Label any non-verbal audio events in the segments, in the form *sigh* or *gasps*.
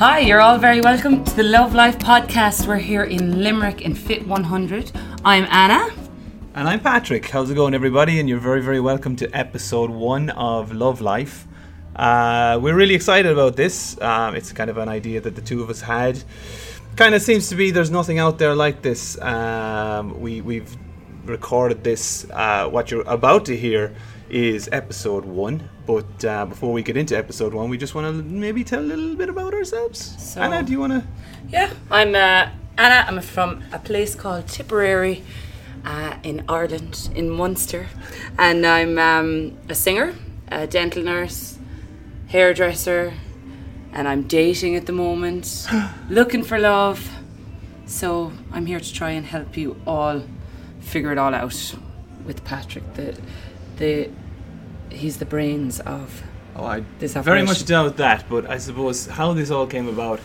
Hi, you're all very welcome to the Love Life podcast. We're here in Limerick in Fit 100. I'm Anna. And I'm Patrick. How's it going, everybody? And you're very, very welcome to episode one of Love Life. Uh, we're really excited about this. Um, it's kind of an idea that the two of us had. Kind of seems to be there's nothing out there like this. Um, we, we've recorded this. Uh, what you're about to hear is episode one. But uh, before we get into episode one, we just want to maybe tell a little bit about ourselves. So- Anna, do you want to? Yeah, I'm uh, Anna. I'm from a place called Tipperary uh, in Ireland, in Munster. And I'm um, a singer, a dental nurse, hairdresser, and I'm dating at the moment, *gasps* looking for love. So I'm here to try and help you all figure it all out with Patrick. The, the, he's the brains of. Oh, I This very operation. much doubt that, but I suppose how this all came about.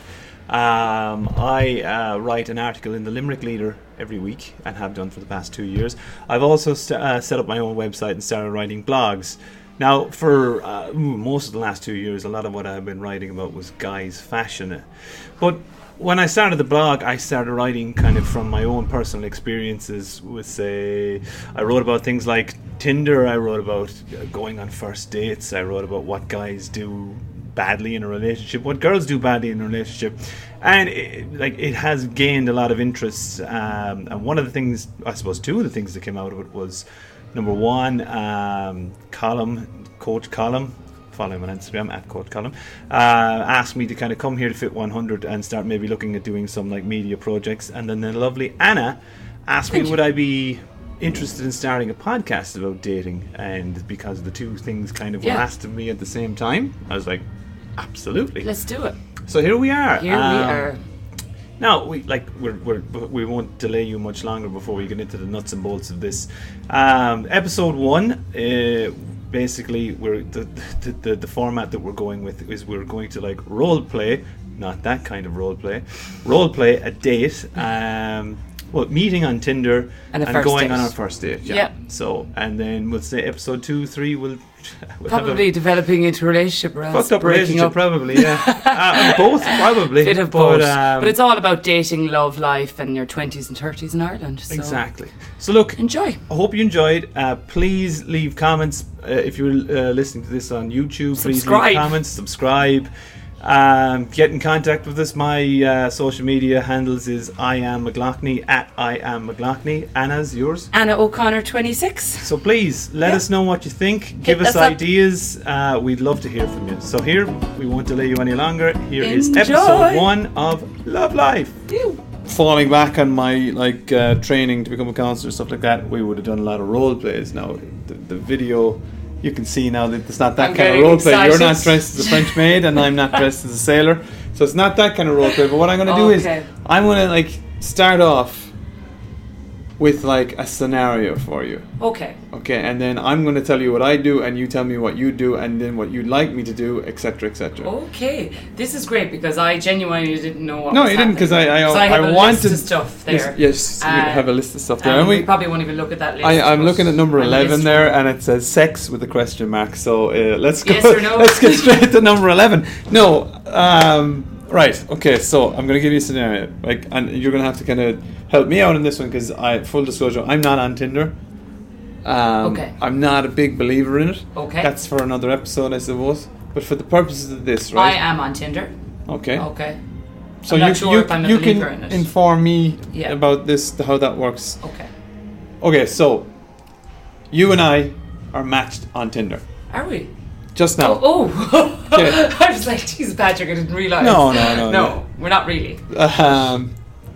Um, I uh, write an article in the Limerick Leader every week and have done for the past two years. I've also st- uh, set up my own website and started writing blogs. Now, for uh, ooh, most of the last two years, a lot of what I've been writing about was guys' fashion. But when I started the blog, I started writing kind of from my own personal experiences. With say, I wrote about things like Tinder. I wrote about uh, going on first dates. I wrote about what guys do badly in a relationship, what girls do badly in a relationship, and it, like it has gained a lot of interest. Um, and one of the things, I suppose, two of the things that came out of it was number one, um, column, coach column follow him on Instagram at Court Column, uh, asked me to kind of come here to Fit 100 and start maybe looking at doing some like media projects. And then the lovely Anna asked me, would I be interested in starting a podcast about dating? And because the two things kind of Yeah. were asked of me at the same time, I was like, absolutely. Let's do it. so here we are. Here we Um, are. now we like we're, we're we won't delay you much longer before we get into the nuts and bolts of this. Um, episode one, uh, basically, we're the, the the the format that we're going with is we're going to like role play, not that kind of role play, role play a date. Um, well, meeting on Tinder And a first going date. on our first date. Yeah. Yep. So and then we'll say episode two, three. We'll, we'll have a Probably developing into a relationship or else Fucked up breaking relationship, up. probably, yeah. *laughs* uh, both, probably. bit of but, both. um, but it's all about dating, love, life, and your 20s and 30s in Ireland. So Exactly. So look, Enjoy. I hope you enjoyed. Uh, please leave comments uh, if you're uh, listening to this on YouTube. Please Subscribe. leave comments, subscribe. Um, get in contact with us. My uh, social media handles is I am McLaughlin at I am McLaughlin. Anna's yours. Anna O'Connor, 26. So please let Yeah. us know what you think. Give us us up. ideas. Uh, we'd love to hear from you. So here we won't delay you any longer. Here is Enjoy. episode one of Love Life falling back on my like uh, training to become a counselor stuff like that we would have done a lot of role plays now the, the video you can see now that it's not that I'm kind very of role play you're not excited. dressed as *laughs* a french maid and i'm not dressed as a sailor so it's not that kind of role play but what i'm going to do Okay. is i'm going to like start off with like a scenario for you Okay. okay and then i'm going to tell you what i do and you tell me what you do and then what you'd like me to do etc etc Okay. This is great because I genuinely didn't know what No, was you didn't, 'cause I- I- happening. 'Cause have I a wanted- list of stuff there. Yes, yes you Uh, have a list of stuff there. And and we, probably won't even look at that list. I, I'm but looking at number I'm 11 list- there, and it says sex with a question mark. So uh, let's go. Yes or no? *laughs* Let's get straight to number 11. No. Um, right. Okay. So I'm going to give you a scenario, like, and you're going to have to kind of help me out in this one because I, full disclosure, I'm not on Tinder. Um, Okay. I'm not a big believer in it. Okay. That's for another episode, I suppose. But for the purposes of this, I right? am on Tinder. Okay. Okay. So I'm you not sure you, if I'm a you believer in can it. inform me Yeah. about this, how that works. Okay. Okay, so you and I are matched on Tinder Are we? just now. Oh. *laughs* Okay. I was like, geez, Patrick, I didn't realise. No, no, no, No, we're not really. Um,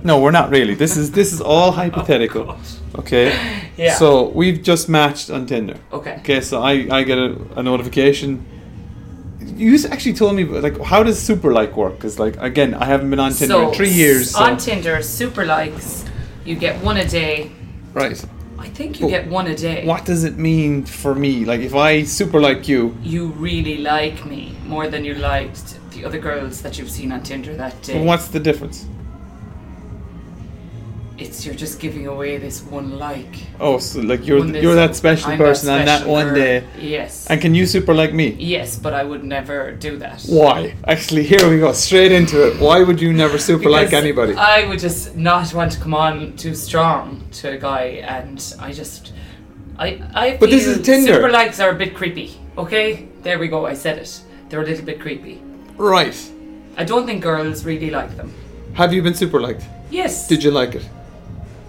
no, we're not really. This is this is *laughs* all hypothetical. okay. Oh, Yeah. So we've just matched on Tinder. Okay. Okay, so I I get a, a notification. You s- actually told me like how does super like work? Because like again, I haven't been on Tinder in three years. So. On Tinder, super likes, you get one a day. right. I think you Oh. get one a day. What does it mean for me? Like if I super like you, You really like me more than you liked the other girls that you've seen on Tinder that day. what's the difference? it's you're just giving away this one like. Oh, so like you're One th- is- you're that special I'm person on that special one girl. day. Yes. And can you super like me? yes, but I would never do that. Why? Actually, here we go straight into it. Why would you never super like Because uh, anybody? I would just not want to come on too strong to a guy, and I just, I, I. But this feel is Tinder. Super likes are a bit creepy. Okay, there we go. I said it. They're a little bit creepy. right. I don't think girls really like them. Have you been super liked? Yes. Did you like it?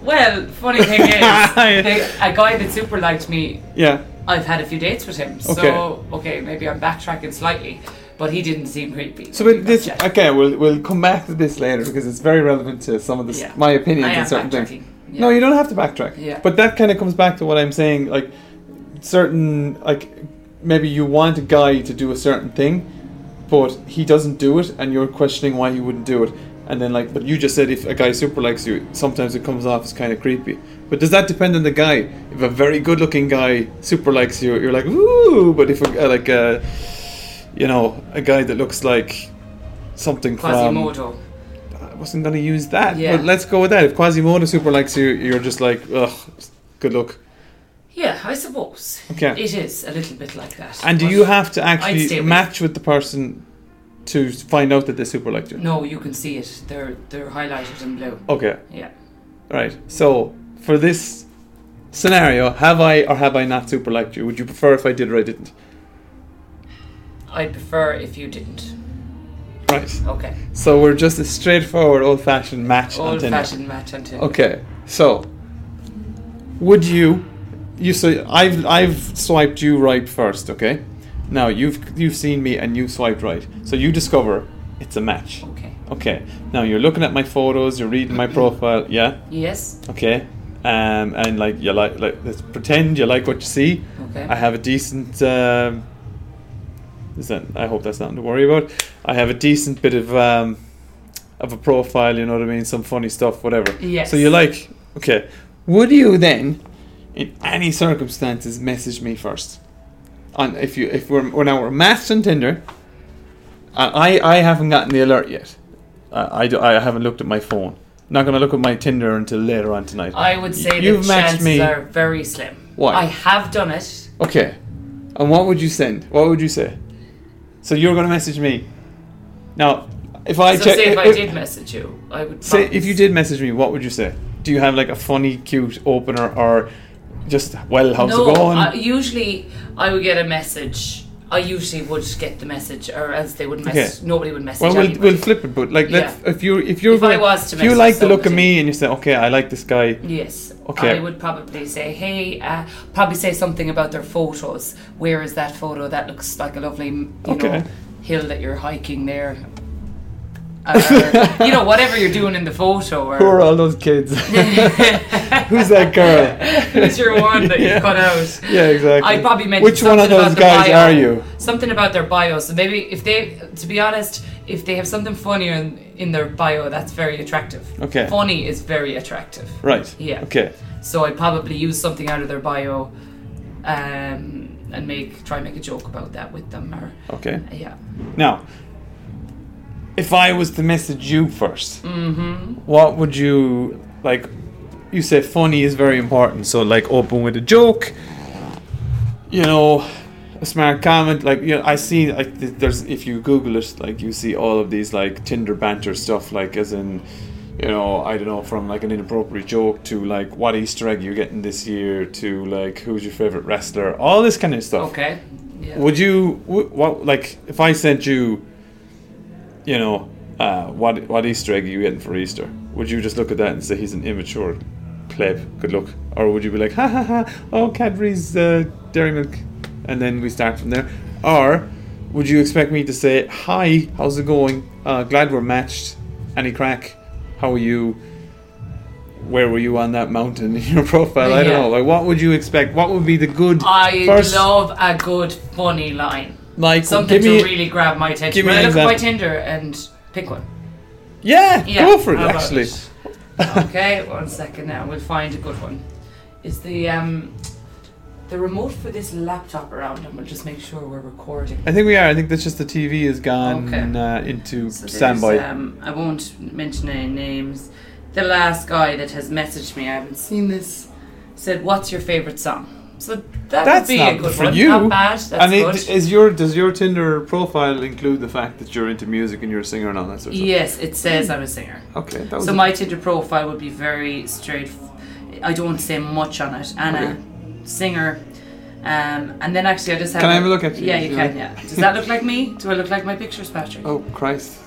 Well, funny thing is, *laughs* they, a guy that super liked me, Yeah. I've had a few dates with him. So Okay. okay, maybe I'm backtracking slightly, but he didn't seem creepy. So but this Gotcha. okay, we'll we'll come back to this later because it's very relevant to some of this Yeah. my opinions I on am certain things. backtracking. No, Yeah. you don't have to backtrack. Yeah. But that kind of comes back to what I'm saying. Like, certain, like, maybe you want a guy to do a certain thing, but he doesn't do it, and you're questioning why he wouldn't do it. And then, like, but you just said if a guy super likes you, sometimes it comes off as kind of creepy. But does that depend on the guy? If a very good looking guy super likes you, you're like, ooh, but if, a, like, uh, you know, a guy that looks like something from. Quasimodo. I wasn't going to use that. Yeah. But let's go with that. If Quasimodo super likes you, you're just like, ugh, good luck. Yeah, I suppose. Okay. It is a little bit like that. And do But you have to stay actually with- match with the person to find out that they super liked you? No, you can see it. They're they're highlighted in blue. Okay, Yeah. right. So for this scenario, have I or have I not super liked you? Would you prefer if I did or I didn't? I'd prefer if you didn't. Right. Okay. So we're just a straightforward, old-fashioned match. on Old Tinder. fashioned match on Tinder. Okay, so would you? You say I've I've swiped you right first, okay? Now you've you've seen me and you swiped right, so you discover it's a match. Okay. Okay. Now you're looking at my photos, you're reading my profile, yeah? Yes. Okay. Um, and like you like like let's pretend you like what you see. Okay. I have a decent. Um, is that? I hope that's nothing to worry about. I have a decent bit of um, of a profile. You know what I mean? Some funny stuff, whatever. Yes. So you like? Okay. Would you then, in any circumstances, message me first? On if you if we're, we're now we're matched on Tinder. I I I haven't gotten the alert yet. I I, do- I haven't looked at my phone. not gonna look at my Tinder until later on tonight. I would say You've the matched chances me. are very slim. Why? I have done it. Okay. And what would you send? What would you say? So you're going to message me. Now, if I so check- say if I if- did message you, I would say bounce. if you did message me, what would you say? Do you have like a funny, cute opener, or just well, how's no, it going? I, usually I would get a message. I usually would get the message, or else they would message. Okay. Nobody would message. well, we'll, anybody. we'll flip it, but like, let's, if you if you're If I gonna- was to if you message like the look of somebody. me and you say, okay, I like this *laughs* guy, Yes. Okay. I would probably say, hey, uh, probably say something about their photos. Where is that photo? That looks like a lovely, you Okay. know, hill that you're hiking there. Uh, you know, whatever you're doing in the photo, who *laughs* are or all those kids? *laughs* Who's *laughs* that girl? who's your one that *laughs* Yeah. you cut out? Yeah, exactly. I'd probably mention Which one of something those about the guys bio. are you? Something about their bio. So maybe if they, to be honest, if they have something funnier in, in their bio, that's very attractive. Okay. Funny is very attractive. Right. Yeah. Okay. So I'd probably use something out of their bio, um, and make try and make a joke about that with them, or Okay. yeah, Now, if I was to message you 1st what would you like? You say funny is very important, so like open with a joke. You know, a smart comment. Like you know, I see like th- there's if you Google it, like you see all of these like Tinder banter stuff, like as in. You know, I don't know, from like an inappropriate joke to like what Easter egg you're getting this year to like who's your favorite wrestler, all this kind of stuff. okay, yeah. Would you wh- what like if I sent you, you know, uh, what what Easter egg are you getting for Easter? Would you just look at that and say he's an immature pleb? Good luck, or would you be like, ha ha ha, oh Cadbury's uh, Dairy Milk, and then we start from there? Or would you expect me to say, hi, how's it going? Uh, glad we're matched. Any crack? How are you? Where were you on that mountain in your *laughs* profile? I don't Yeah. know. Like, what would you expect? What would be the good I first love a good funny line, like something give to me, really grab my attention. give me When an I look at my example. Tinder and pick one. Yeah, Yeah, go for it. how about Actually, it? okay, one second now. We'll find a good one. Is the um the remote for this laptop around, and we'll just make sure we're recording. I think we are. I think that's just the TV has gone Okay. uh, into So there's, standby. Um, I won't mention any names. the last guy that has messaged me, I haven't seen this, said, What's your favourite song? So that That's would be not a good for one. you. Not bad. That's and good. it, is your does your Tinder profile include the fact that you're into music and you're a singer and all that sort of yes, it says I'm a singer. stuff? Okay, that was So my Tinder profile would be very straight. I don't say much on it. Anna, singer, um, and then actually I just have. Can I have a look at you, Yeah, if you you can. like? Yeah. Does that *laughs* look like me? Do I look like my pictures, Patrick? oh Christ.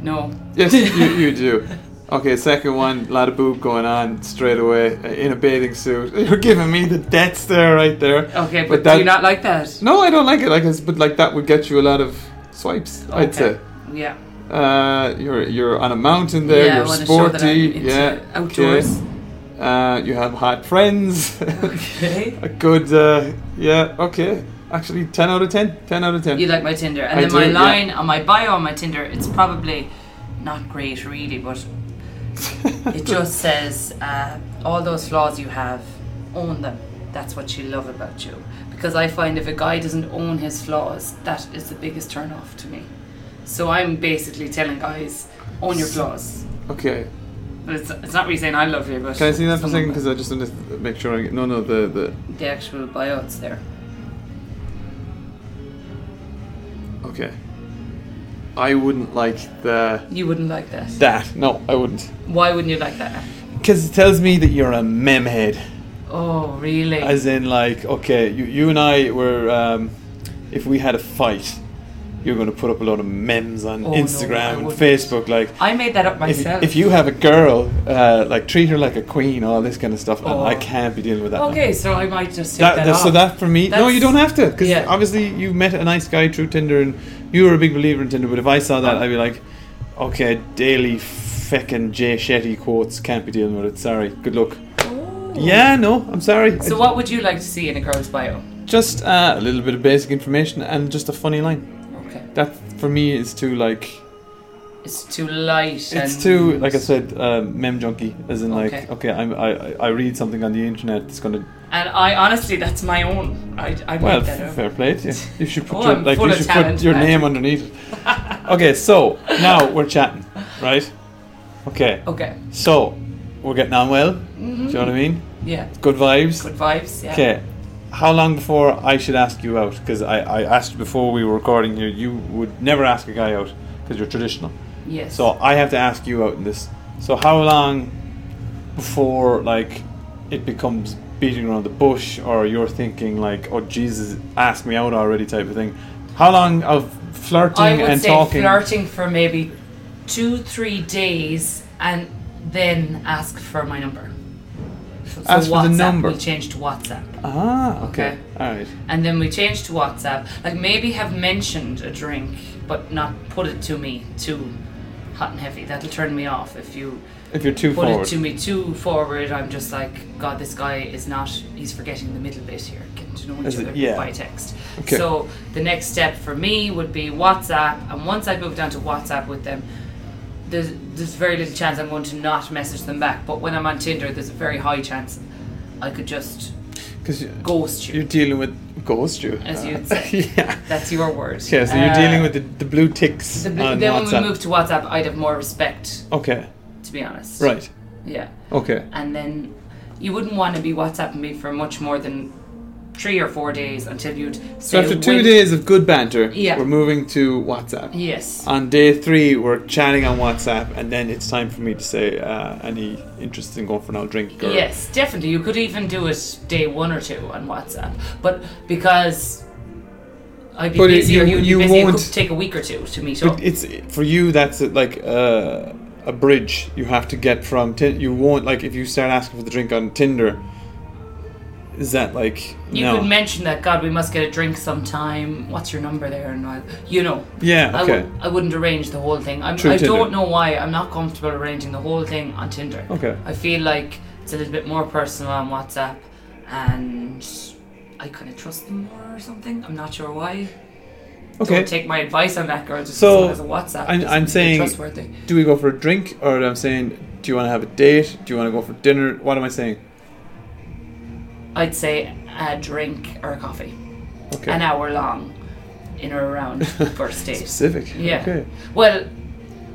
No. Yes, you, *laughs* you do. Okay, second one, a lot of boob going on straight away uh, in a bathing suit. *laughs* You're giving me the death stare right there. Okay, but, But do you that- not like that? No, I don't like it. Like, it's, but like that would get you a lot of swipes. I'd Okay. say. Yeah. Uh, you're you're on a mountain there. yeah, I you're wanna show that I'm sporty. into yeah. Outdoors. Okay. Uh, you have hot friends. Okay. *laughs* a good. Uh, yeah. Okay. Actually, ten out of ten. Ten out of *laughs* ten. You like my Tinder, and I then my do, yeah. line on my bio on my Tinder, it's probably not great really, *laughs* but it just says uh, all those flaws you have, own them. That's what you love about you. Because I find if a guy doesn't own his flaws, that is the biggest turn off to me. So I'm basically telling guys, own your flaws. okay. But It's, it's not really saying I love you, but Can I see that for someone- a second? Because I just want to make sure. I get, no, no. The the. the actual bio it's there. Okay. I wouldn't like the You wouldn't like that. that. No, I wouldn't. Why wouldn't you like that? Because it tells me that you're a memhead. Oh, really? As in, like, okay, you, you and I were, um, if we had a fight, you're going to put up a lot of memes on Oh, no, I Instagram and wouldn't. Facebook. Like, I made that up if, myself. if you have a girl, uh, like, treat her like a queen, all this kind of stuff. and Oh. I can't be dealing with that. now. Okay, so I might just take That, that, that- off. so that for me, no, That's- you don't have to, because Yeah. obviously you met a nice guy through Tinder, and you were a big believer in Tinder. But if I saw that, I'd be like, okay, daily feckin' Jay Shetty quotes, can't be dealing with it. Sorry, good luck. Yeah, no, I'm sorry. Oh. So I- what would you like to see in a girl's bio? just uh, a little bit of basic information and just a funny line. Okay, That for me is too like it's too light. And it's too like I said um, mem junkie as in like Okay. okay, I'm, I I I read something on the internet that's gonna And I honestly, that's my own. I I made well that up. fair play to you. You should put Oh, your, I'm like full you of should talent, put your Patrick. name underneath it. okay, so now we're chatting, right? Okay, Okay, so we're getting on well. Do you Mm-hmm. know what I mean? yeah, Good vibes. good vibes. Yeah. Okay. How long before I should ask you out? Because I, I asked you before we were recording here, you would never ask a guy out because you're traditional. Yes. So I have to ask you out in this. So how long before like it becomes beating around the bush or you're thinking like, oh Jesus, ask me out already type of thing? How long of flirting I would and say talking? flirting for maybe two, three days, and then ask for my number. So, so Ask for the WhatsApp, number. We'll change to WhatsApp. Ah, okay. All right. and then we changed to WhatsApp. Like maybe have mentioned a drink, but not put it to me too hot and heavy. That'll turn me off if you If you're too put forward. it to me too forward. I'm just like, God, this guy is not. He's forgetting the middle bit here. Getting to know each Is it- other yeah. by text. Okay. So the next step for me would be WhatsApp, and once I move down to WhatsApp with them. There's, there's very little chance I'm going to not message them back, but when I'm on Tinder, there's a very high chance I could just Because you, ghost you. you're dealing with ghost you. As Uh, you'd say. *laughs* yeah. That's your word. Okay, so you're dealing Uh, with uh, the, the blue ticks the bl- on then WhatsApp. when we moved to WhatsApp, I'd have more respect, okay, to be honest. right. Yeah. Okay. And then you wouldn't want to be WhatsApping me for much more than three or four days until you'd. So say after two when- days of good banter, Yeah. we're moving to WhatsApp. Yes. On day three, we're chatting on WhatsApp, and then it's time for me to say uh, any interest in going for another drink. Or, Yes, definitely. You could even do it day one or two on WhatsApp, but because. I'd be But it- busy, or you- you'd you be busy. It won't- could take a week or two to meet up. But it's for you. That's uh, like uh, a bridge you have to get from. Tin you won't like if you start asking for the drink on Tinder. Is that like You no? could mention that, God, we must get a drink sometime. What's your number there? And I, you know, yeah. I Okay. w- I wouldn't arrange the whole thing. I'm, True I Tinder. don't know why I'm not comfortable arranging the whole thing on Tinder. Okay. I feel like it's a little bit more personal on WhatsApp and I kind of trust them more or something. I'm not sure why. Okay. Don't take my advice on that girl just So, as a WhatsApp. I'm- doesn't I'm make it saying- Trustworthy. Do we go for a drink, or I'm saying, do you want to have a date? Do you want to go for dinner? What am I saying? I'd say a drink or a coffee. Okay. *laughs* An hour long in or around first date. Specific. Yeah. Okay. Well,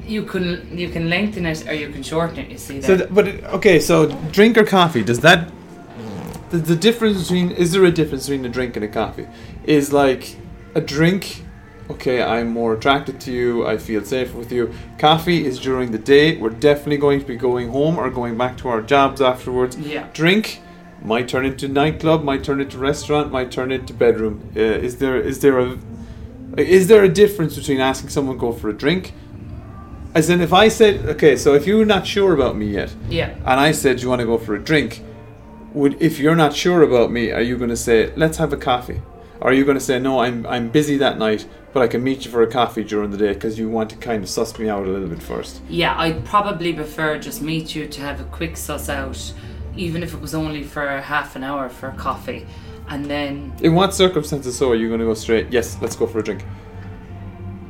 You can you can lengthen it or you can shorten it. You see that? So, th- but it- okay, so drink or coffee? Does that the, the difference between is there a difference between a drink and a coffee? Is like a drink. Okay, I'm more attracted to you. I feel safe with you. Coffee is during the day. We're definitely going to be going home or going back to our jobs afterwards. yeah. Drink might turn into nightclub, might turn into restaurant, might turn into bedroom. Uh, is there is there a is there a difference between asking someone to go for a drink? As in, if I said, okay, so if you're not sure about me yet, Yeah. and I said, "Do you want to go for a drink?" Would if you're not sure about me, are you going to say, "Let's have a coffee"? Or are you going to say, "No, I'm I'm busy that night, but I can meet you for a coffee during the day because you want to kind of suss me out a little bit first. Yeah, I'd probably prefer just meet you to have a quick suss out, even if it was only for half an hour for coffee, and then In what circumstances, so are you going to go straight? Yes, let's go for a drink.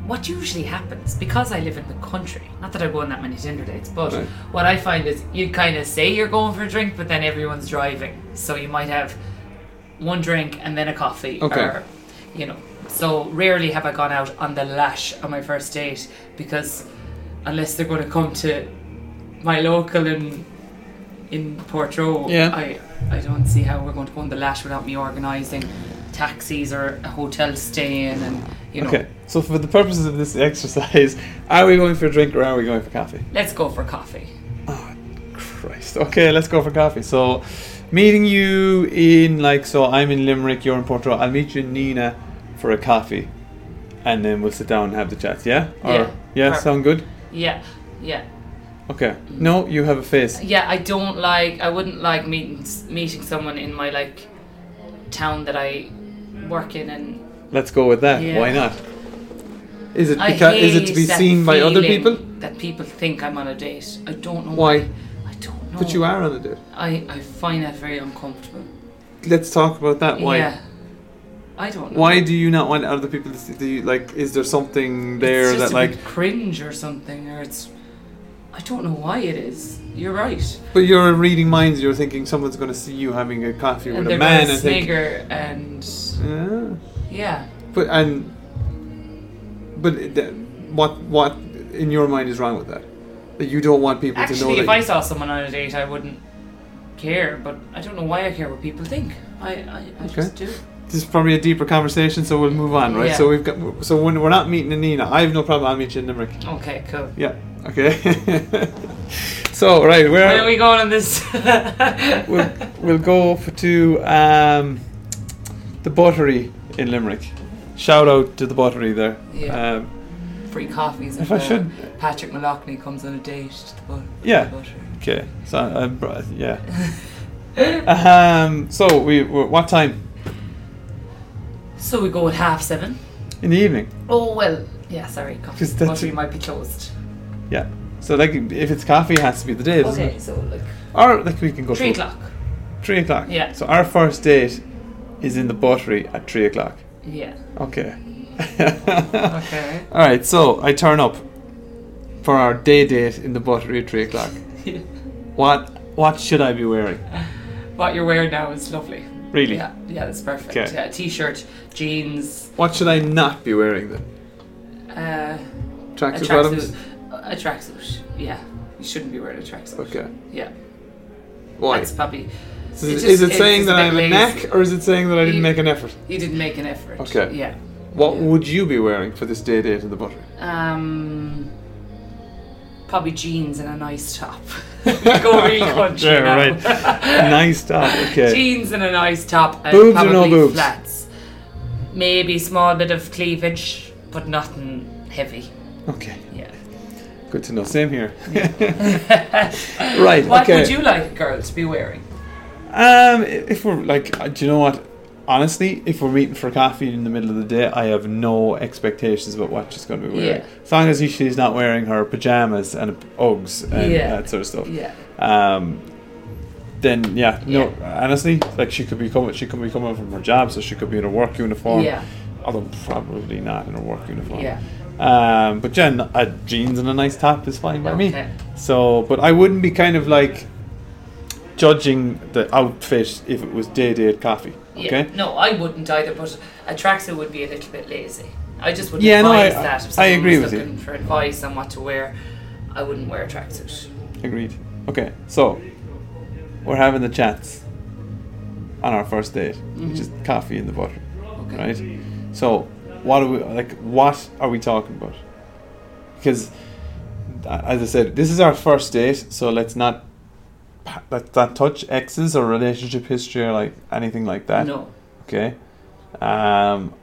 what usually happens because I live in the country. Not that I go on that many dinner dates, but Right. what I find is you kind of say you're going for a drink, but then everyone's driving, so you might have one drink and then a coffee, Okay. or you know. So rarely have I gone out on the lash on my first date because unless they're going to come to my local in in Portroe, Yeah. I I don't see how we're going to go on the lash without me organising taxis or a hotel stay in and you know. Okay. So for the purposes of this *laughs* exercise, are we going for a drink or are we going for coffee? Let's go for coffee. Oh, Christ. Okay, let's go for coffee. So, meeting you in like so, I'm in Limerick, you're in Porto. I'll meet you in Nina for a coffee, and then we'll sit down and have the chat. Yeah. Yeah. yeah. Perfect. Sound good? Yeah, yeah, Okay. No, you have a face. yeah. I don't like. I wouldn't like meeting meeting someone in my like town that I work in, and Let's go with that. Yeah. Why not? Is it I because is it hate to be that seen by other feeling people? That people think I'm on a date. I don't know Why? I don't know. But you are on a date. I I find that very uncomfortable. Let's talk about that. Uh, Why? Yeah. I don't know. Why do you not want other people to see? Do you, like, is there something there it's just that a like? bit cringe or something, or it's. I don't know why it is. You're right. But you're reading minds. You're thinking someone's going to see you having a coffee and with a they're man gonna and think, snigger and Yeah. yeah. But and but it- that- what what in your mind is wrong with that? That you don't want people to know Actually, that. if I saw someone on a date, I wouldn't care, but I don't know why I care what people think. I, I, I just do. this is probably a deeper conversation, so we'll move on, right? Yeah. So we've got so when we're not meeting Nina, I have no problem. I'll meet you in Limerick. Okay, cool. Yeah. Okay. *laughs* so right, where, Where are we going on this? *laughs* we'll we'll go for to um, the buttery in Limerick. Shout out to the buttery there. Yeah. Um, *laughs* Free coffees. If and, I uh, should- Patrick Malochney comes on a date to the butter. Yeah. Okay, so I, I brought, yeah. *laughs* um, so we were- what time So we go at half seven. in the evening? Oh, well, yeah, sorry. Coffee 'Cause that's buttery a- might be closed. Yeah. So like, if it's coffee, it has to be the day, doesn't Okay, it? so like Or like we can go three to- o'clock. Three o'clock. Yeah. So our first date is in the buttery at three o'clock. Yeah. *laughs* Okay. Okay. All right. So I turn up for our day date in the buttery at three *laughs* o'clock. What what should I be wearing? what you're wearing now is lovely. Really? Yeah, yeah, that's perfect. Okay. Yeah, t-shirt, jeans, What should I not be wearing then? uh, a Tracksuit bottoms. tracksuit. A tracksuit. uh, Yeah, you shouldn't be wearing a tracksuit. Okay. Yeah, Why? that's probably. So It's is, is just- it saying it's that a I bit have a lazy. knack, or is it saying that I didn't You- make an effort? You didn't make an effort. Okay. Yeah. What Yeah. would you be wearing for this day date in the *laughs* buttery? Um. Probably jeans and a nice top. *laughs* Go *laughs* real country Yeah, now. right. *laughs* nice top. Okay. Jeans and a nice top. And Boobs or no probably boobs? Flats. Maybe small bit of cleavage, but nothing heavy. Okay. Yeah. Good to know. Same here. *laughs* right. *laughs* What okay. would you like a girl to be wearing? Um, i- if we're like, uh, do you know what? Honestly, if we're meeting for coffee in the middle of the day, I have no expectations about what she's going to be wearing. Yeah. As long as she's not wearing her pajamas and Uggs and Yeah. that sort of stuff. Yeah. um, then yeah, no, honestly, like she could be coming, she could be coming from her job, so she could be in her work uniform. Yeah. Although probably not in her work uniform. Yeah. Um, but Jen, uh, jeans and a nice top is fine by Okay. me. So, but I wouldn't be kind of like judging the outfit if it was day day at coffee. Yeah. Okay. No, I wouldn't either, but a tracksuit would be a little bit lazy. I just would Yeah, no, advise I- that I if someone agree was with you. looking for advice on what to wear. I wouldn't wear a tracksuit. Agreed. Okay, so we're having the chats on our first date, which Mm-hmm. is coffee in the butter, Okay. right? So, what are we like? What are we talking about? Because, a- as I said, this is our first date, so let's not pa- let's not touch exes or relationship history or like anything like that. No. Okay. Um,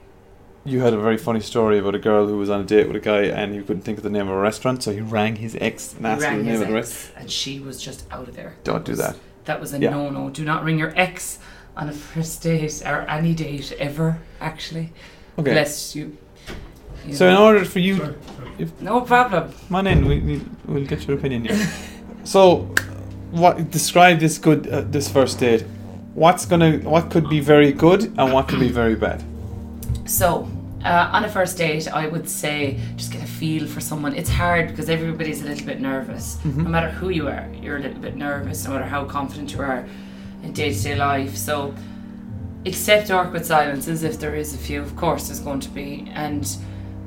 you had a very funny story about a girl who was on a date with a guy and he couldn't think of the name of a restaurant, so he rang his ex and asked him Rang the name his of the restaurant. ex, and she was just out of there. Don't do was- that. That was a Yeah. no no. Do not ring your ex on a first date or any date ever, actually. Okay. Bless you. you So in know. order for you, no problem. come on in. We, we we'll get your opinion here. *laughs* so, what describe this good uh, this first date? What's gonna what could be very good and what could be very bad? So, uh, on a first date, I would say just get a feel for someone. It's hard because everybody's a little bit nervous. No matter who you are, you're a little bit nervous, no matter how confident you are in day to day life. So, accept awkward silences if there is a few, of course, there's going to be. And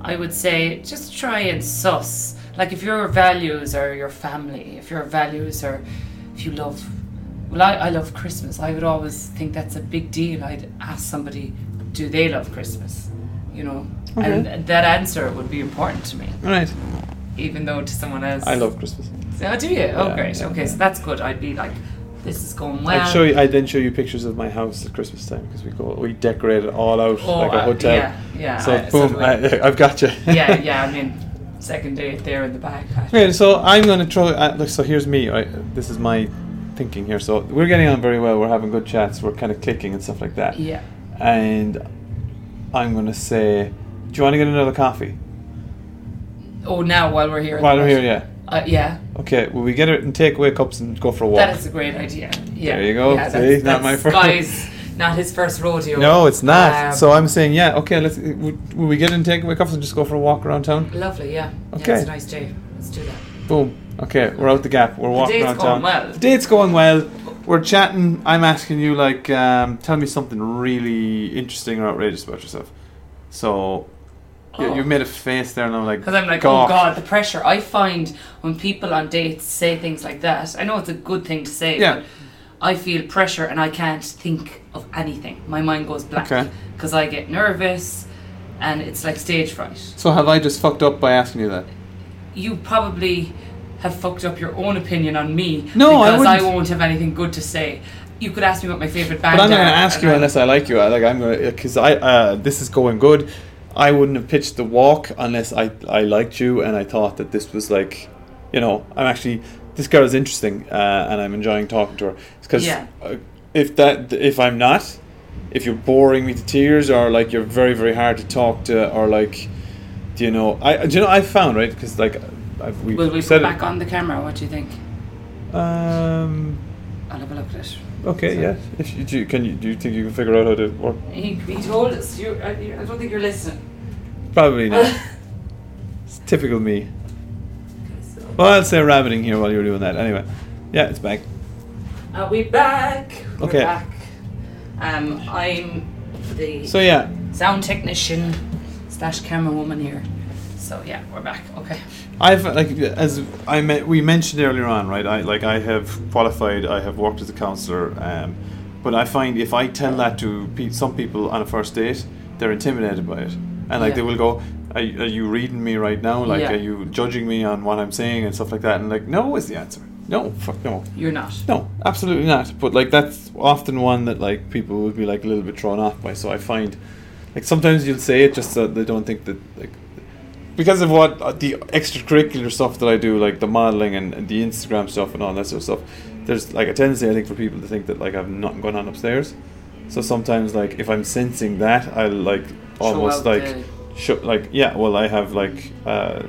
I would say just try and suss. Like, if your values are your family, if your values are, if you love, well, I, I love Christmas. I would always think that's a big deal. I'd ask somebody, do they love Christmas? You know? And that answer would be important to me, All right. even though to someone else. I love Christmas. Oh, do you? Yeah, oh, great. yeah, okay, so that's good. I'd be like, this is going well. I'd show you. I then show you pictures of my house at Christmas time because we go we decorate it all out Oh, like a uh, hotel. Yeah, yeah. So I- boom, sort of like- I, *laughs* I've got you. *laughs* yeah, yeah. I *laughs* mean, second date there in the back. Okay, so I'm gonna throw. Uh, look, so here's me. Right, this is my thinking here. So we're getting on very well. We're having good chats. We're kind of clicking and stuff like that. Yeah. And I'm gonna say, do you want to get another coffee? Oh, now while we're here. in While the we're here, back. yeah. Uh, yeah, Okay, will we get it and take away cups and go for a walk? that is a great idea. Yeah. There you go. Yeah, See, that's- not my that's first- Guys, not his first rodeo. no, it's not. Um, so I'm saying, yeah. Okay, let's. uh, w- Will we get in, take away cups, and just go for a walk around town? Lovely. Yeah. Okay. Yeah, it's a nice day. Let's do that. Boom. Okay, we're out the gap. We're walking date's around going town. well. The date's going well. We're chatting. I'm asking you, like, um, tell me something really interesting or outrageous about yourself. So, you- Oh. you made a face there, and I'm like, Because I'm like, oh "Gawk." god, the pressure. I find when people on dates say things like that, I know it's a good thing to say, Yeah. but I feel pressure and I can't think of anything. My mind goes black Okay. because I get nervous, and it's like stage fright. So have I just fucked up by asking you that? You probably have fucked up your own opinion on me No, I because I, wouldn't. won't have anything good to say. You could ask me what my favorite band. But I'm not gonna are, ask and you I'm- unless I like you. I like I'm gonna because I uh, this is going good. I wouldn't have pitched the walk unless I I liked you and I thought that this was like, you know, I'm actually this girl is interesting uh, and I'm enjoying talking to her because Yeah. uh, if that if I'm not, if you're boring me to tears or like you're very very hard to talk to or like, do you know I do you know I found right because like I've, we've Will we said put it- back on the camera? What do you think? Um. I'll have a look at it. Okay. Yeah. If you, do, you- can you do you think you can figure out how to work? He, he told us. You, I, I don't think you're listening. *laughs* Probably not. it's typical me. Well, I'll say rabbiting here while you're doing that. Anyway, yeah, it's back. Are uh, we back? We're Okay. back. Um, I'm the So yeah, sound technician slash camera woman here. So yeah, we're back. Okay. I've like as I me- we mentioned earlier on, right? I like I have qualified. I have worked as a counselor, um, but I find if I tell that to pe- some people on a first date, they're intimidated by it, and like Yeah. they will go. Are you, are you reading me right now? Like, Yeah. are you judging me on what I'm saying and stuff like that? And like, no is the answer. No, fuck no. You're not. No, absolutely not. But like that's often one that like people would be like a little bit thrown off by. So I find like sometimes you'll say it just so they don't think that like because of what uh, the extracurricular stuff that I do, like the modeling and, and the Instagram stuff and all that sort of stuff. There's like a tendency I think for people to think that like I've nothing going on upstairs. So sometimes like if I'm sensing that, I'll like almost out like the- show, like yeah, well I have like. Uh,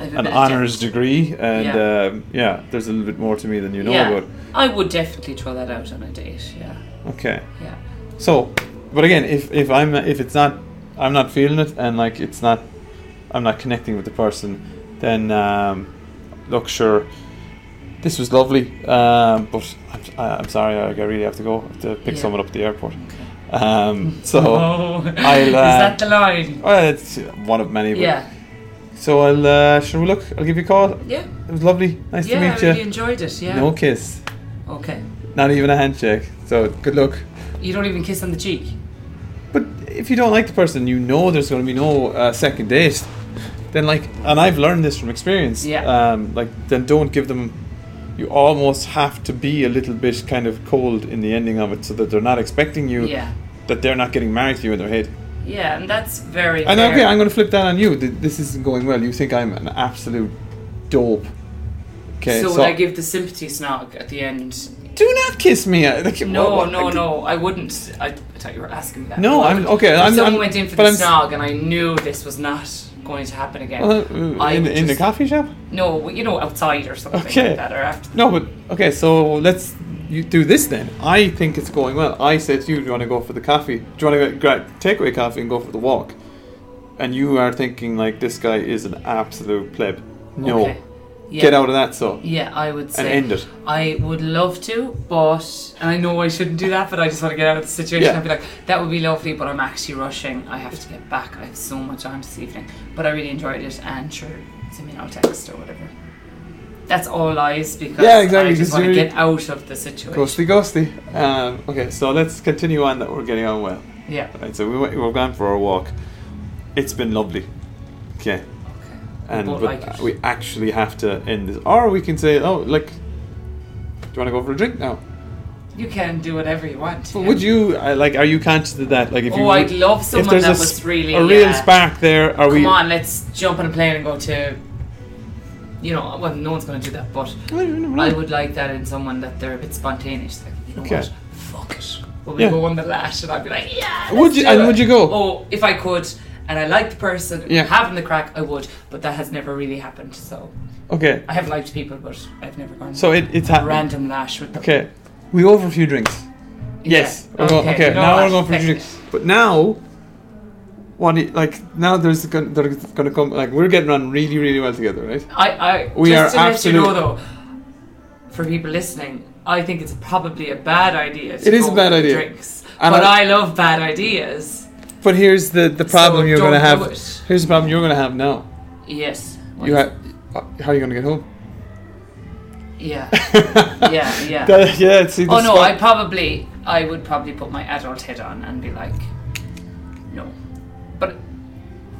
I have a an bit of honors depth. degree, and Yeah. yeah. Um, yeah, there's a little bit more to me than you know yeah. about. I would definitely throw that out on a date. Yeah. Okay, Yeah. So, but again, if if I'm if it's not, I'm not feeling it, and like it's not, I'm not connecting with the person, then um, look, sure, this was lovely, um, but I'm, I- I'm sorry, I I really have to go I have to pick Yeah. someone up at the airport. Um, so, uh, Oh. *laughs* I'll, Is uh, that the line? well, it's one of many. But Yeah. So I'll. Uh, shall we look? I'll give you a call. It Yeah. was lovely. Nice yeah, to meet I really you. enjoyed it. Yeah. No kiss. Okay. Not even a handshake. So good luck. You don't even kiss on the cheek. But if you don't like the person, you know there's going to be no uh, second date. Then, like, and I've learned this from experience. Yeah. Um, like, then don't give them. You almost have to be a little bit kind of cold in the ending of it, so that they're not expecting you. Yeah. That they're not getting married to you in their head. Yeah, and that's very. And fair. okay, I'm going to flip that on you. Th- This isn't going well. You think I'm an absolute dope. Okay. so So, would I give the sympathy snog at the end? do not kiss me. *laughs* I- Like, No, what- what- no, like, no. I wouldn't. I, I thought you were asking me that. No, I I'm- would- okay, If I'm- someone I'm- went in for the but I'm s- snog, and I knew this was not going to happen again. Uh, uh, I in, in the just- coffee shop. No, you know, outside or something Okay. like that, or after. No, but okay, so let's you do this then. I think it's going well. I said to you, do you want to go for the coffee? Do you want to go grab takeaway coffee and go for the walk? And you are thinking like this guy is an absolute pleb. No, Okay. Yeah. get out of that. So Yeah, I would say. and end it. I would love to, but and I know I shouldn't do that, but I just want to get out of the situation. Yeah. I'd be like, that would be lovely, but I'm actually rushing. I have to get back. I have so much on this evening, but I really enjoyed it, and sure, send me now a text or whatever. That's all lies because Yeah, exactly, I just because want to you're- get out of the situation. Ghostly, ghostly. Um, okay, so let's continue on that we're getting on well. Yeah. Right, so we went, we've gone for our walk. It's been lovely. Okay, Okay. and both but like it. we actually have to end this, or we can say, oh, like, do you want to go for a drink now? You can do whatever you want. But yeah. would you uh, like? Are you conscious of that? Like, if Oh, you I'd love if someone there's that a was sp- really, a real yeah. spark there. Are Come we? on, let's jump on a plane and go to. You know, well, no one's going to do that, but No, no, no, no. I would like that in someone that they're a bit spontaneous. Like, you know Mm. Okay. what? Fuck it. Well, we Yeah. go on the lash, and I'd be like, yeah. Would let's you- do and it." would you go? Oh, if I could, and I like the person, Yeah. having the crack, I would. But that has never really happened. So Okay, I have liked people, but I've never gone. so it, it's a happening. random lash with them. Okay, we go for a few drinks. Yeah. Yes. We're go- okay. you know Now what? we're going for a Fix few it. drinks. But now, what? do you- Like now, there's going to come. Like we're getting on really, really well together, right? I, I We just are to absolute- let you know though, for people listening, I think it's probably a bad idea. To It is go a bad with idea. Drinks, And but I- I, love bad ideas. But here's the the problem you're don't going to have. do it. Here's the problem you're going to have now. Yes. You have. How are you going to get home? *laughs* Yeah. yeah. *laughs* Yeah. That- yeah. See. the oh no! spot- I probably I would probably put my adult head on and be like, no, but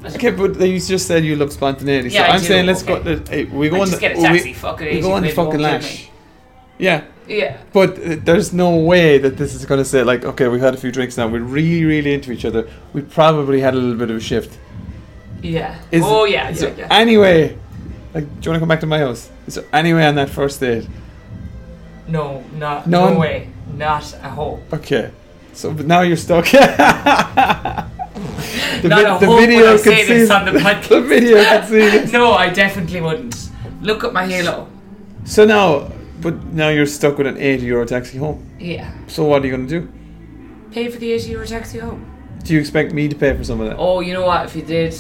I Okay, but you just said you love spontaneity. Yeah, so I I'm do, saying let's okay. go. let- hey, we go I on just the get a we- taxi. fuck it. we, go on the fucking lash. Yeah, Yeah. but uh, there's no way that this is gonna say like, okay, we've had a few drinks now. We're really, really into each other. We probably had a little bit of a shift. Yeah. Is- oh yeah. Is Yeah. there yeah. any way? Like, do you want to come back to my house? Is there any way on that first date? no. Not. No. No, way. Not a hope. Okay, so but now you're stuck. *laughs* the Not vid- a hope when I say this on the *laughs* the podcast. video can *laughs* see *laughs* this. No, I definitely wouldn't. Look at my halo. So now, but now you're stuck with an 80 euro taxi home. Yeah. So what are you gonna do? Pay for the 80 euro taxi home. Do you expect me to pay for some of that? Oh, you know what? If you did,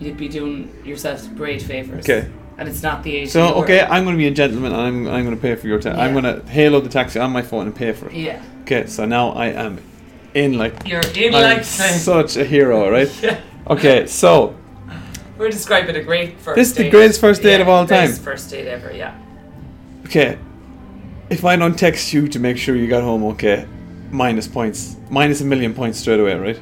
you'd be doing yourself great favours. Okay. And it's not the 80 So euro. okay, I'm gonna be a gentleman and I'm I'm gonna pay for your taxi. I'm Yeah. gonna halo the taxi on my phone and pay for it. Yeah. Okay, so now I am in like You're in I'm like so such a hero, right? *laughs* Yeah. Okay, so We're describing a great first This is the date. greatest first date of all greatest time. first date ever, yeah. okay, if I don't text you to make sure you got home, okay, minus points, minus a million points straight away, right?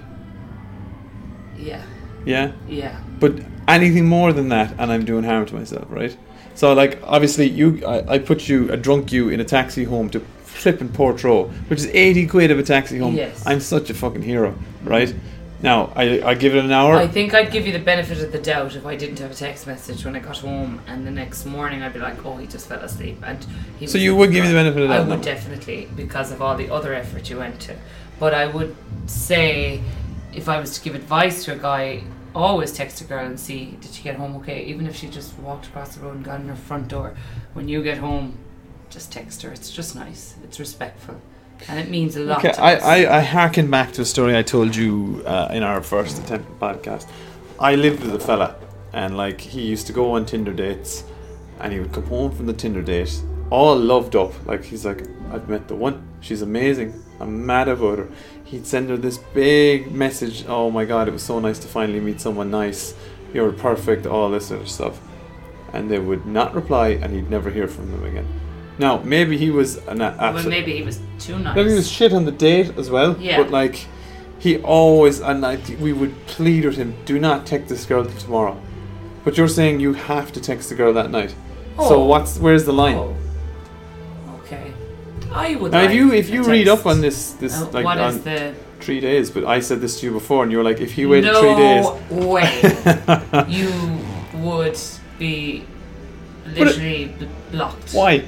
Yeah. Yeah. Yeah. but anything more than that and i'm doing harm to myself right so like obviously you i, I put you a drunk you in a taxi home to flipping portro which is 80 quid of a taxi home Yes. i'm such a fucking hero right now i i give it an hour I think I'd give you the benefit of the doubt if I didn't have a text message when I got home, and the next morning I'd be like, "Oh, he just fell asleep." And he So was- you would give me the benefit of the I doubt, would no? definitely because of all the other effort you went to. But I would say, if I was to give advice to a guy, always text a girl and see did she get home okay, even if she just walked across the road and got in her front door. When you get home, just text her. It's just nice. It's respectful, and it means a lot. Okay, to I, us. I, I hearken back to a story I told you uh, in our first attempt at podcast. I lived with a fella, and like he used to go on Tinder dates, and he would come home from the Tinder date all loved up. Like he's like, I've met the one. She's amazing. I'm mad about her. He'd send her this big message. Oh my god, it was so nice to finally meet someone nice. you're perfect, all this sort of stuff. And they would not reply, and he'd never hear from them again. Now, maybe he was an a- Well, absolute maybe he was too nice. Maybe he was shit on the date as well. Yeah. But like, he always and like we would plead with him, do not text this girl till tomorrow. But you're saying you have to text the girl that night. So Oh. what's where's the line? Oh. Okay. I would. Now like if you if you a read text. up on this this Uh, like what on is the three days, but I said this to you before, and you were like, if he waited no three days, *laughs* way you would be literally b- blocked. why?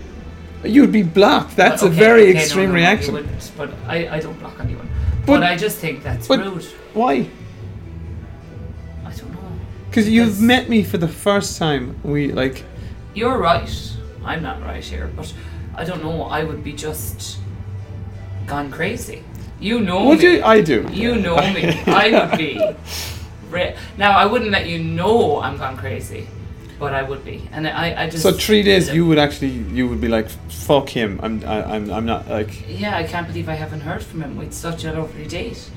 You'd be blocked. But That's okay, a very okay, no, extreme no, no, you reaction. wouldn't, but I, I don't block anyone. But, But- I just think that's but- rude. Why? I don't know. Because Because- you've met me for the first time. We like. You're right. I'm not right here, but I don't know. I would be just gone crazy. You know Would me. you? I do. You know *laughs* me. I would be. Re- now I wouldn't let you know I'm gone crazy, but I would be, and I, I just. So three days, you would actually, you would be like, "Fuck him! I'm, I, I'm, I'm not like." Yeah, I can't believe I haven't heard from him. It's such a lovely date.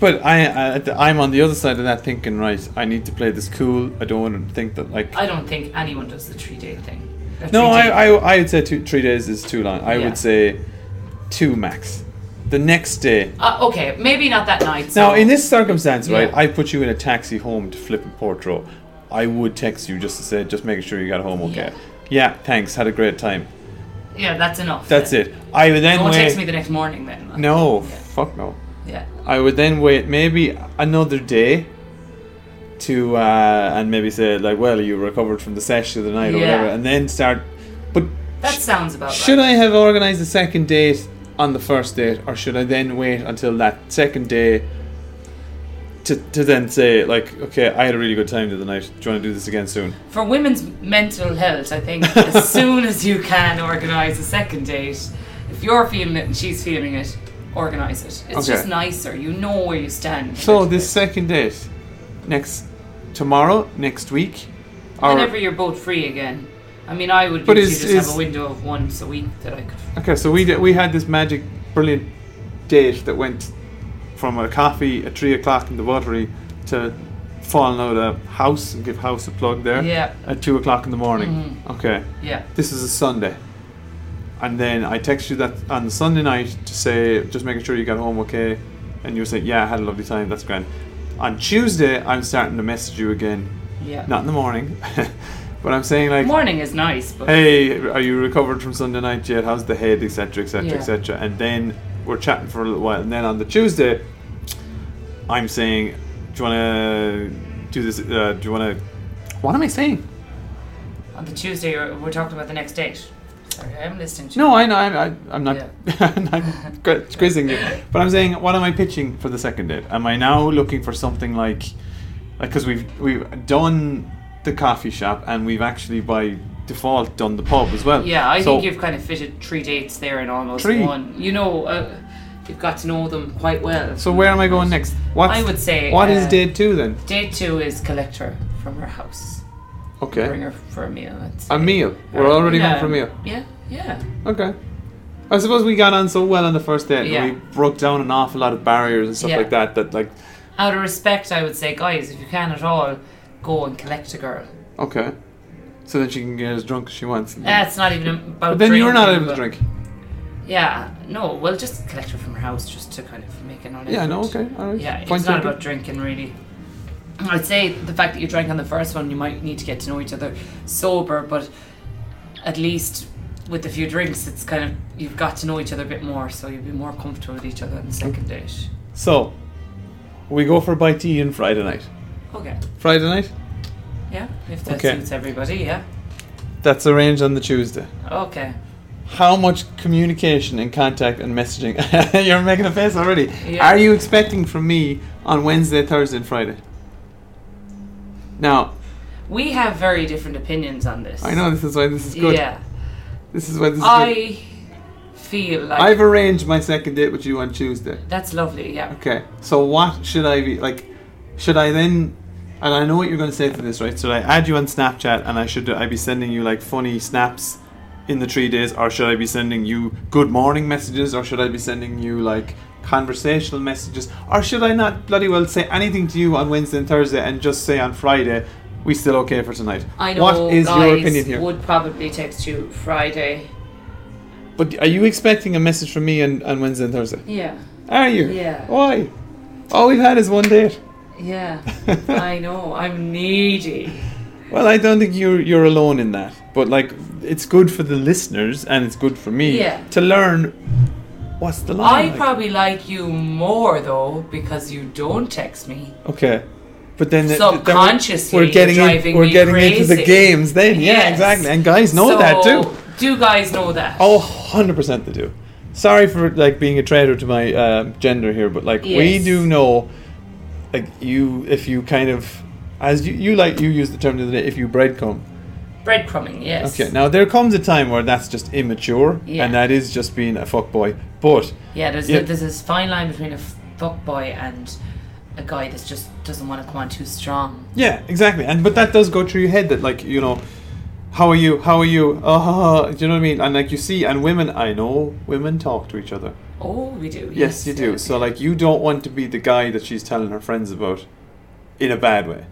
But I, I, I'm on the other side of that, thinking, right? I need to play this cool. I don't want to think that like. I don't think anyone does the three day thing. A no, three-day- I, I, I would say two, three days is too long. I Yeah. would say two max. The next day. Uh, okay, maybe not that night. Now, so- in this circumstance, right? Yeah. I put you in a taxi home to flip a portro. I would text you just to say, just making sure you got home okay. Yeah. Yeah. thanks. Had a great time. Yeah, that's enough. That's then. it. I would then Don't wait. text me the next morning then. like, no, fuck no. Yeah. I would then wait maybe another day to uh, and maybe say like, well, you recovered from the sesh of the night or Yeah. whatever, and then start. But That sounds about should I right. have organised a second date on the first date, or should I then wait until that second day? To, to then say like okay I had a really good time the other night do you want to do this again soon For women's mental health, I *laughs* think as soon as you can organise a second date, if you're feeling it and she's feeling it, organise it. It's Okay. just nicer. You know where you stand. so this second date next tomorrow next week or Whenever you're both free again. I mean, I would But usually is- just is- have a window of once a week that I could. Okay, so we did, we had this magic, brilliant date that went from a coffee at three o'clock in the watery to falling out of house and give house a plug there Yeah. at two o'clock in the morning. Okay, Yeah. this is a Sunday, and then I text you that on the Sunday night to say just making sure you got home okay, and you say yeah I had a lovely time that's grand. On Tuesday I'm starting to message you again, Yeah. not in the morning, *laughs* but I'm saying like Morning is nice, but hey, are you recovered from Sunday night yet? How's the head, etc., etc., Yeah. etc.? And then we're chatting for a little while, and then on the Tuesday, I'm saying, do you want to do this? Uh, do you want to? What am I saying? on the Tuesday you're- we're talking about the next date. Sorry, I'm listening to. No, I know, I, I, I'm not. *laughs* I'm gri- quizzing you, but I'm saying, what am I pitching for the second date? Am I now looking for something like, like because we've we've done the coffee shop and we've actually by default done the pub as well. Yeah, I So- think you've kind of fitted three dates there in almost Three? one. You know, uh, you've got to know them quite well. So where am I going next? What I would say, what is uh, day two then? Day two is collect her from her house. Bring Okay, her for a meal. I'd say. a meal. We're already going for a meal. Uh, Yeah, yeah. Okay. I suppose we got on so well on the first date. Yeah. and We broke down an awful lot of barriers and stuff Yeah. like that. That like, Out of respect, I would say, guys, if you can at all, go and collect a girl. okay, so then she can get as drunk as she wants. That's not even about. but then you're not drinking, able to but- drink. Yeah, no. Well, just collect her from her house, just to kind of make it on. Yeah. No. Okay. All right. Yeah, it's Fine, not take it. about drinking really. I'd say the fact that you drank on the first one, you might need to get to know each other sober, but at least with a few drinks, it's kind of you've got to know each other a bit more, so you'll be more comfortable with each other on the Mm-hmm. second date. So, we go for a bite to eat on Friday night. Okay, Friday night. yeah, if that Okay. suits everybody, yeah. That's arranged on the Tuesday. Okay, How much communication and contact and messaging? *laughs* You're making a face already. Yeah. Are you expecting from me on Wednesday, Thursday, and Friday? Now, we have very different opinions on this. I know this is why this is good. Yeah, This is why this is good. I feel like I've arranged my second date with you on Tuesday. that's lovely. Yeah, Okay, so what should I be like? Should I then? And I know what you're going to say to this, right? Should I add you on Snapchat and I should I be sending you like funny snaps in the three days, or should I be sending you good morning messages, or should I be sending you like conversational messages, or should I not bloody well say anything to you on Wednesday and Thursday and just say on Friday, we still okay for tonight? I know what is guys your opinion here? would probably text you Friday. But are you expecting a message from me on, on Wednesday and Thursday? Yeah, Are you? Yeah. Why? All we've had is one date. *laughs* yeah. I know. I'm needy. Well, I don't think you're you're alone in that. But like, it's good for the listeners and it's good for me Yeah. to learn what's the line. I like. probably like you more though because you don't text me. okay, but then it- then we're- Subconsciously, we're getting in- driving we're me getting into the crazy. games. Then yeah, Yes. exactly. And guys know that So, too. Do guys know that? Oh, 100 percent they do. Sorry for like being a traitor to my uh, gender here, but like we Yes. do know, like you if you kind of as you you like you used the term the other day if you breadcrumb. breadcrumbing. Yes. Okay, now there comes a time where that's just immature, Yeah. and that is just being a fuckboy. But Yeah, there's Yeah. A, there's this fine line between a fuckboy and a guy that just doesn't want to come on too strong. yeah, exactly, and but that does go through your head that like you know, how are you? How are you? Oh, do you know what I mean? And like you see, and women, I know women talk to each other. Oh, we do. Yes, you do. So like you don't want to be the guy that she's telling her friends about, in a bad way.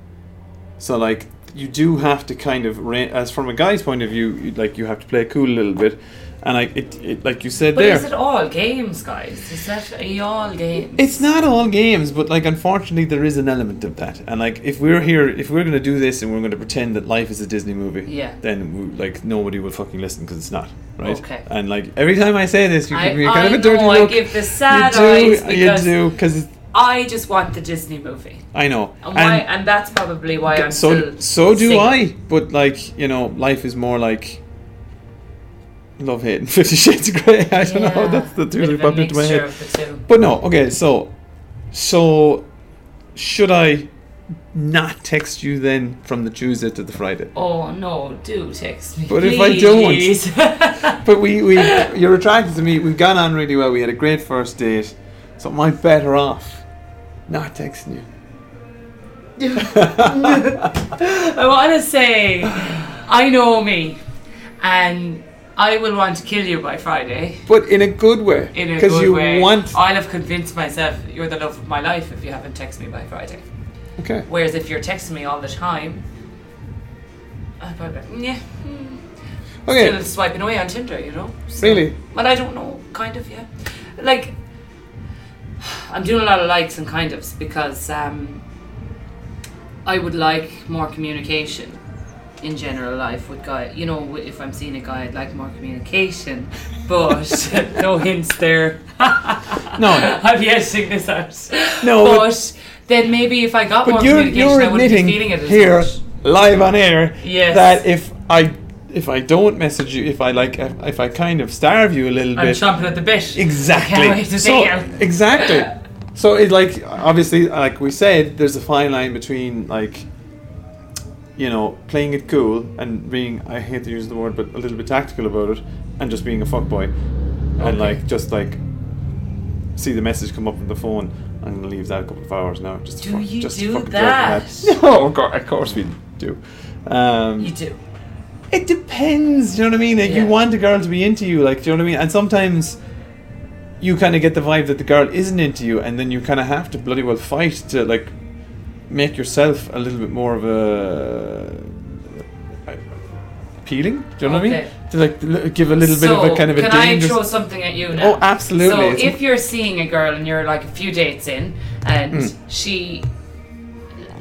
So like you do have to kind of rein- as from a guy's point of view, you- like you have to play cool a little bit, and like it, it like you said But there. is it all games, guys? Is that are you all games? It's not all games, but like unfortunately there is an element of that. And like if we're here, if we're going to do this and we're going to pretend that life is a Disney movie, Yeah. then we, like nobody will fucking listen because it's not, right? Okay. And like every time I say this, you I- give me a kind I of a dirty know, I look. give the sad you do, eyes you because- do, because I just want the Disney movie, I know. and why? And that's probably why I'm so still so do single. I, but like you know, life is more like. Love hate and *laughs* Fifty Shades of Grey. I don't know. Yeah, That's the two bit that of a popped into my mixture head. of the two. But no, okay, so so should I not text you then from the Tuesday to the Friday? Oh no! Do text me. But if I don't- please. if I But we, we *laughs* you're attracted to me, we've gone on really well, we had a great first date. So am I better off not texting you? *laughs* I want to say, I know me, and I will want to kill you by Friday. But in a good way. In a Because good you way. want I'll have convinced myself you're the love of my life if you haven't texted me by Friday. Okay. Whereas if you're texting me all the time, I probably be like, yeah, hmm. still Okay. swiping away on Tinder, you know. So- Really? But I don't know, kind of, yeah. Like, I'm doing a lot of likes and kind ofs because um, I would like more communication in general life with guy. You know, w- if I'm seeing a guy, I'd like more communication. *laughs* But no hints there. *laughs* No. I'm yesing this out. Oh. No, but, but- then maybe if I got more But you're communication, you're I wouldn't admitting be feeling it as here much. live on air Yes. that if I if I don't message you, if I like if I kind of starve you a little I'm bit chomping at the bit. Exactly. I *laughs* can't wait to so, see him. Exactly. So it like obviously like we said, there's a fine line between like you know, playing it cool and being I hate to use the word but a little bit tactical about it and just being a fuckboy. And like just like see the message come up on the phone. I'm gonna leave that a couple of hours now. Just to Do fuck- you just to do fucking that? drive me mad. *laughs* No, of course, of course we do. Um, You do. it depends. Do you know what I mean? Like you Yeah. want a girl to be into you, like do you know what I mean? And sometimes you kind of get the vibe that the girl isn't into you, and then you kind of have to bloody well fight to like make yourself a little bit more of a uh, appealing. Do you know Okay. what I mean? To like l- give a little bit of a So, kind of a can dangerous. I throw something at you now? Oh, absolutely. So It's- if you're seeing a girl and you're like a few dates in, and Mm. she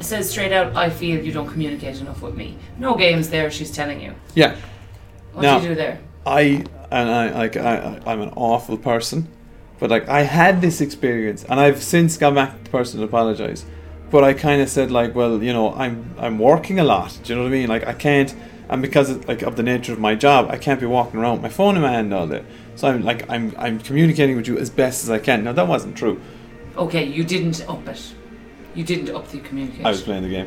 says straight out, "I feel you don't communicate enough with me." No games there. She's telling you. yeah, What Now- do you do there? I and I like I I- I'm an awful person, but like I had this experience, and I've since gone back to the person and apologized. But I kind of said like, well, you know, I'm I'm working a lot. Do you know what I mean? Like I can't, and because of, like of the nature of my job, I can't be walking around with my phone in my hand all day. So I'm like I'm I'm communicating with you as best as I can. Now that wasn't true. Okay, you didn't up it. You didn't up the communication. I was playing the game.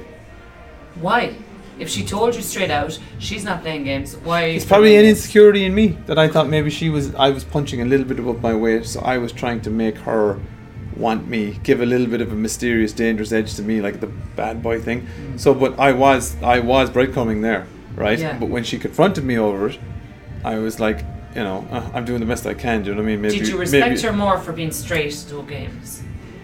Why? If she told you straight out, she's not playing games. Why? It's probably an insecurity in me that I thought maybe she was. I was punching a little bit above my weight, so I was trying to make her want me, give a little bit of a mysterious, dangerous edge to me, like the bad boy thing. So, but I was, I was breadcrumbing there, right? Mm. Yeah. But when she confronted me over it, I was like, you know, uh, I'm doing the best I can. Do you know what I mean? Maybe, Did you respect maybe, her more for being straight to do games?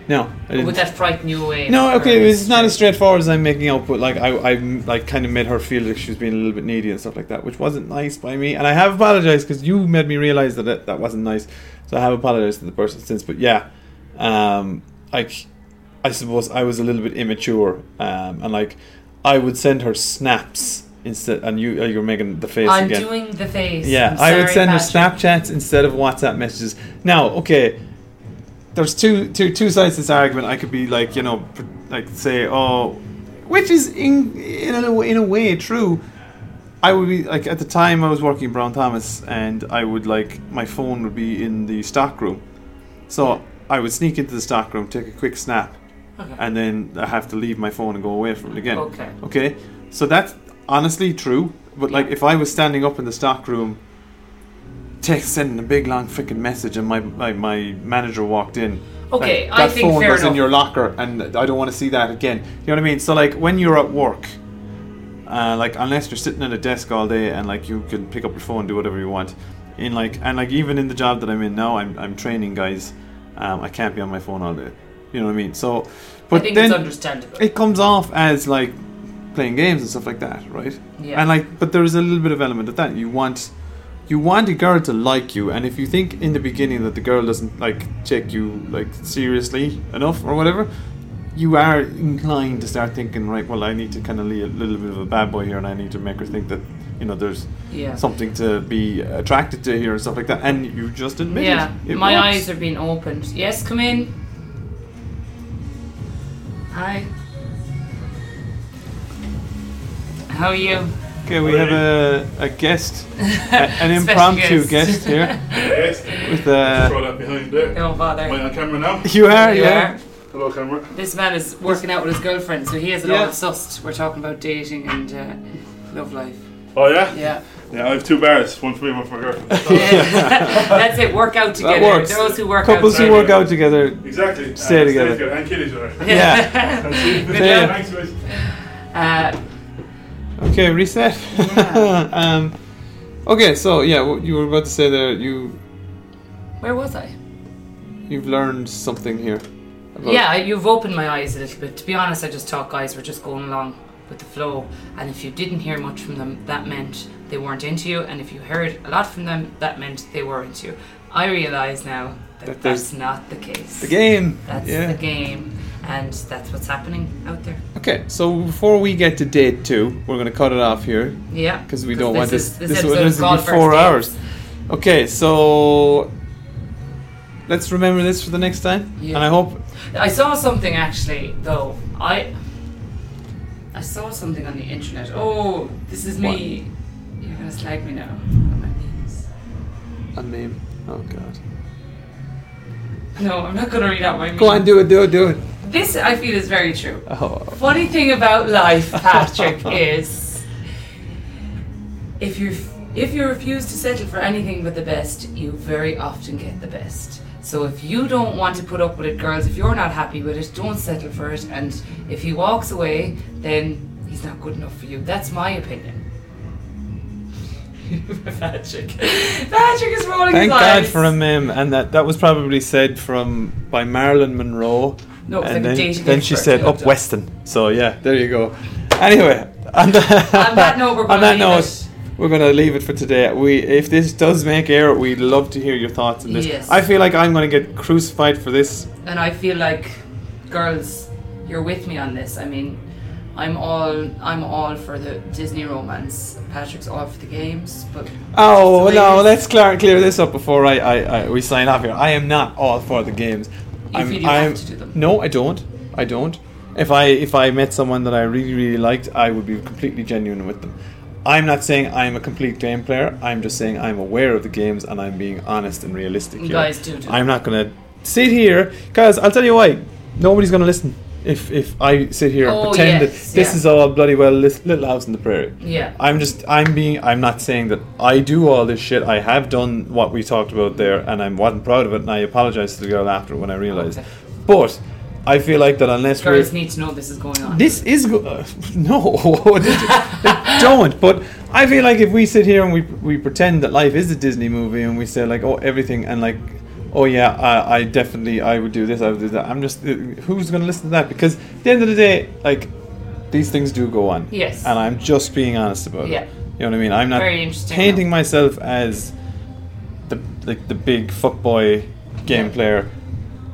No, I Would didn't. that frighten you away? No, Or- okay, it's not as straightforward as I'm making out, but like I, I like kind of made her feel like she was being a little bit needy and stuff like that, which wasn't nice by me. And I have apologized because you made me realize that it, that wasn't nice, so I have apologized to the person since. But yeah, um, like I suppose I was a little bit immature, um, and like I would send her snaps instead, and you uh, you're making the face I'm again. doing the face. Yeah, I'm I would sorry, send her Patrick. Snapchats instead of WhatsApp messages. Now, okay, there's two two two sides to this argument. I could be like, you know, pr- like say, oh, which is in in a, in a way true. I would be like at the time I was working Brown Thomas, and I would like my phone would be in the stock room, so I would sneak into the stock room, take a quick snap, Okay. and then I have to leave my phone and go away from it again. Okay. Okay, so that's honestly true. But like, if I was standing up in the stock room, text sending a big long freaking message, and my my, my manager walked in. Okay, like, I that think phone fair was in enough. your locker, and I don't want to see that again. You know what I mean? So like, when you're at work, uh, like unless you're sitting at a desk all day and like you can pick up your phone, do whatever you want. In like and like even in the job that I'm in now, I'm I'm training guys. Um, I can't be on my phone all day. You know what I mean? So, but I think then it's understandable. it comes off as like playing games and stuff like that, right? Yeah. And like, but there is a little bit of element of that. You want, you want a girl to like you, and if you think in the beginning that the girl doesn't like take you like seriously enough or whatever, you are inclined to start thinking, right? Well, I need to kind of be a little bit of a bad boy here, and I need to make her think that you know there's yeah. something to be attracted to here and stuff like that. And you just admit yeah. it. It My works. eyes are being opened. Yes, come in. Hi. How are you? Okay, we have a, *laughs* a guest, a- an Special impromptu guest. *laughs* guest here. Yes. With Just uh, throw that behind there. Don't bother. Am I on camera now? you are, You yeah. are. Hello, camera. This man is working out with his girlfriend, so he has it Yeah. all sussed. We're talking about dating and uh, love life. Oh yeah. *laughs* Yeah. Yeah, I have two bars. One for me, one for her. *laughs* That's it. Work out together. works. Those who work Couples out who Sorry. work out together. exactly. Uh, Stay together. and kill each other. Yeah. *laughs* yeah. Thanks, guys. Uh, Okay, reset. Yeah. *laughs* um, okay, so yeah, what you were about to say there. You where was I? you've learned something here. About Yeah, you've opened my eyes a little bit. To be honest, I just thought guys were just going along with the flow, and if you didn't hear much from them, that meant they weren't into you, and if you heard a lot from them, that meant they were into you. I realise now that, That there's- that's not the case. the game. That's the game, and that's what's happening out there. Okay, so before we get to date two, we're gonna cut it off here Yeah. because we don't want this. is- this episode one is this will called be First four Dates. hours. Okay, so let's remember this for the next time. Yeah. And I hope I saw something actually, though. I I saw something on the internet. Oh, this is me. You're gonna slag me now. On my knees. a meme. Oh god. No, I'm not gonna read out my. Go meme. on, do it, do it, do it. This I feel is very true. Oh, Funny thing about life, Patrick, *laughs* is if you if you refuse to settle for anything but the best, you very often get the best. So if you don't want to put up with it, girls, if you're not happy with it, don't settle for it. And if he walks away, then he's not good enough for you. That's my opinion. *laughs* Patrick, Patrick is rolling thank his God eyes. for a meme, and that that was probably said from by Marilyn Monroe. No, it was and like a then, dating then she expert said who up looked up. Weston. So yeah, there you go. Anyway, on, *laughs* the, On that note, we're *laughs* on gonna that leave note, it. we're gonna leave it for today. We if this does make air, we'd love to hear your thoughts on this. Yes. I feel like I'm gonna get crucified for this. and I feel like girls, you're with me on this. I mean, I'm all I'm all for the Disney romance. Patrick's all for the games, but Oh Please. no, let's clear clear this up before I, I, I we sign off here. I am not all for the games. I'm, feel you have I'm, to do them. No, I don't. I don't. If I if I met someone that I really really liked, I would be completely genuine with them. I'm not saying I'm a complete game player. I'm just saying I'm aware of the games and I'm being honest and realistic. You here. guys do do I'm not gonna sit here, guys. I'll tell you why. Nobody's gonna listen if if I sit here and Oh, pretend yes, that this yeah. is all bloody well lis- Little House on the Prairie. yeah, I'm just I'm being I'm not saying that I do all this shit. I have done what we talked about there and I'm wasn't proud of it and I apologize to the girl after when I realized. Okay. But I feel like that unless girls we're *laughs* need to know this is going on. this is go- uh, no they *laughs* don't but I feel like if we sit here and we we pretend that life is a Disney movie and we say like oh everything and like oh yeah I, I definitely I would do this I would do that I'm just uh, who's going to listen to that because at the end of the day like these things do go on Yes. and I'm just being honest about Yeah. it you know what I mean I'm not Very interesting, painting myself as the like the big fuckboy game player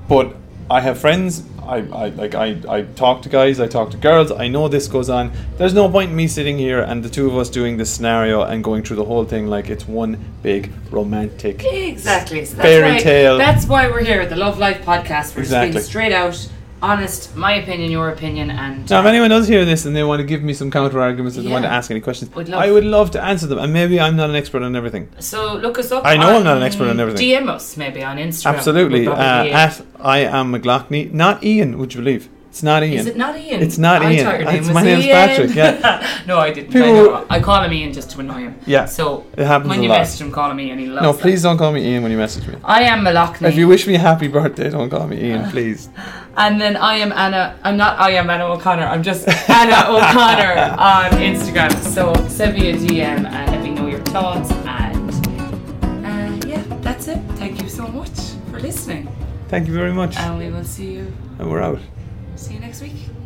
but I have friends. I, I like I, I talk to guys, I talk to girls, I know this goes on. There's no point in me sitting here and the two of us doing this scenario and going through the whole thing like it's one big romantic Exactly. So that's fairy why, tale. That's why we're here at the Love Life podcast. We're just Exactly. being straight out, honest, my opinion, your opinion, and Now, if anyone does hear this and they want to give me some counter arguments and they want to Yeah. ask any questions, Would love- I would love to answer them. And maybe I'm not an expert on everything. so look us up. I know on I'm not an expert on everything. DM us maybe on Instagram. Absolutely. We'll Uh, probably- at I am McLaughlin, not Ian. Would you believe? It's not Ian. is it not Ian? It's not I Ian. thought your It's- name was my name's Ian. Patrick, yeah. *laughs* no, I didn't. I, People- know. I call him Ian just to annoy him. Yeah, So it happens when a you lot. message him, call him Ian. He loves No, that. please don't call me Ian when you message me. I am Malachny. If you wish me happy birthday, don't call me *laughs* Ian, please. And then I am Anna. I'm not. I am Anna O'Connor. I'm just *laughs* Anna O'Connor on Instagram. So send me a DM and uh, let me know your thoughts. And uh, yeah, that's it. Thank you so much for listening, Thank you very much. and we will see you. and we're out. See you next week.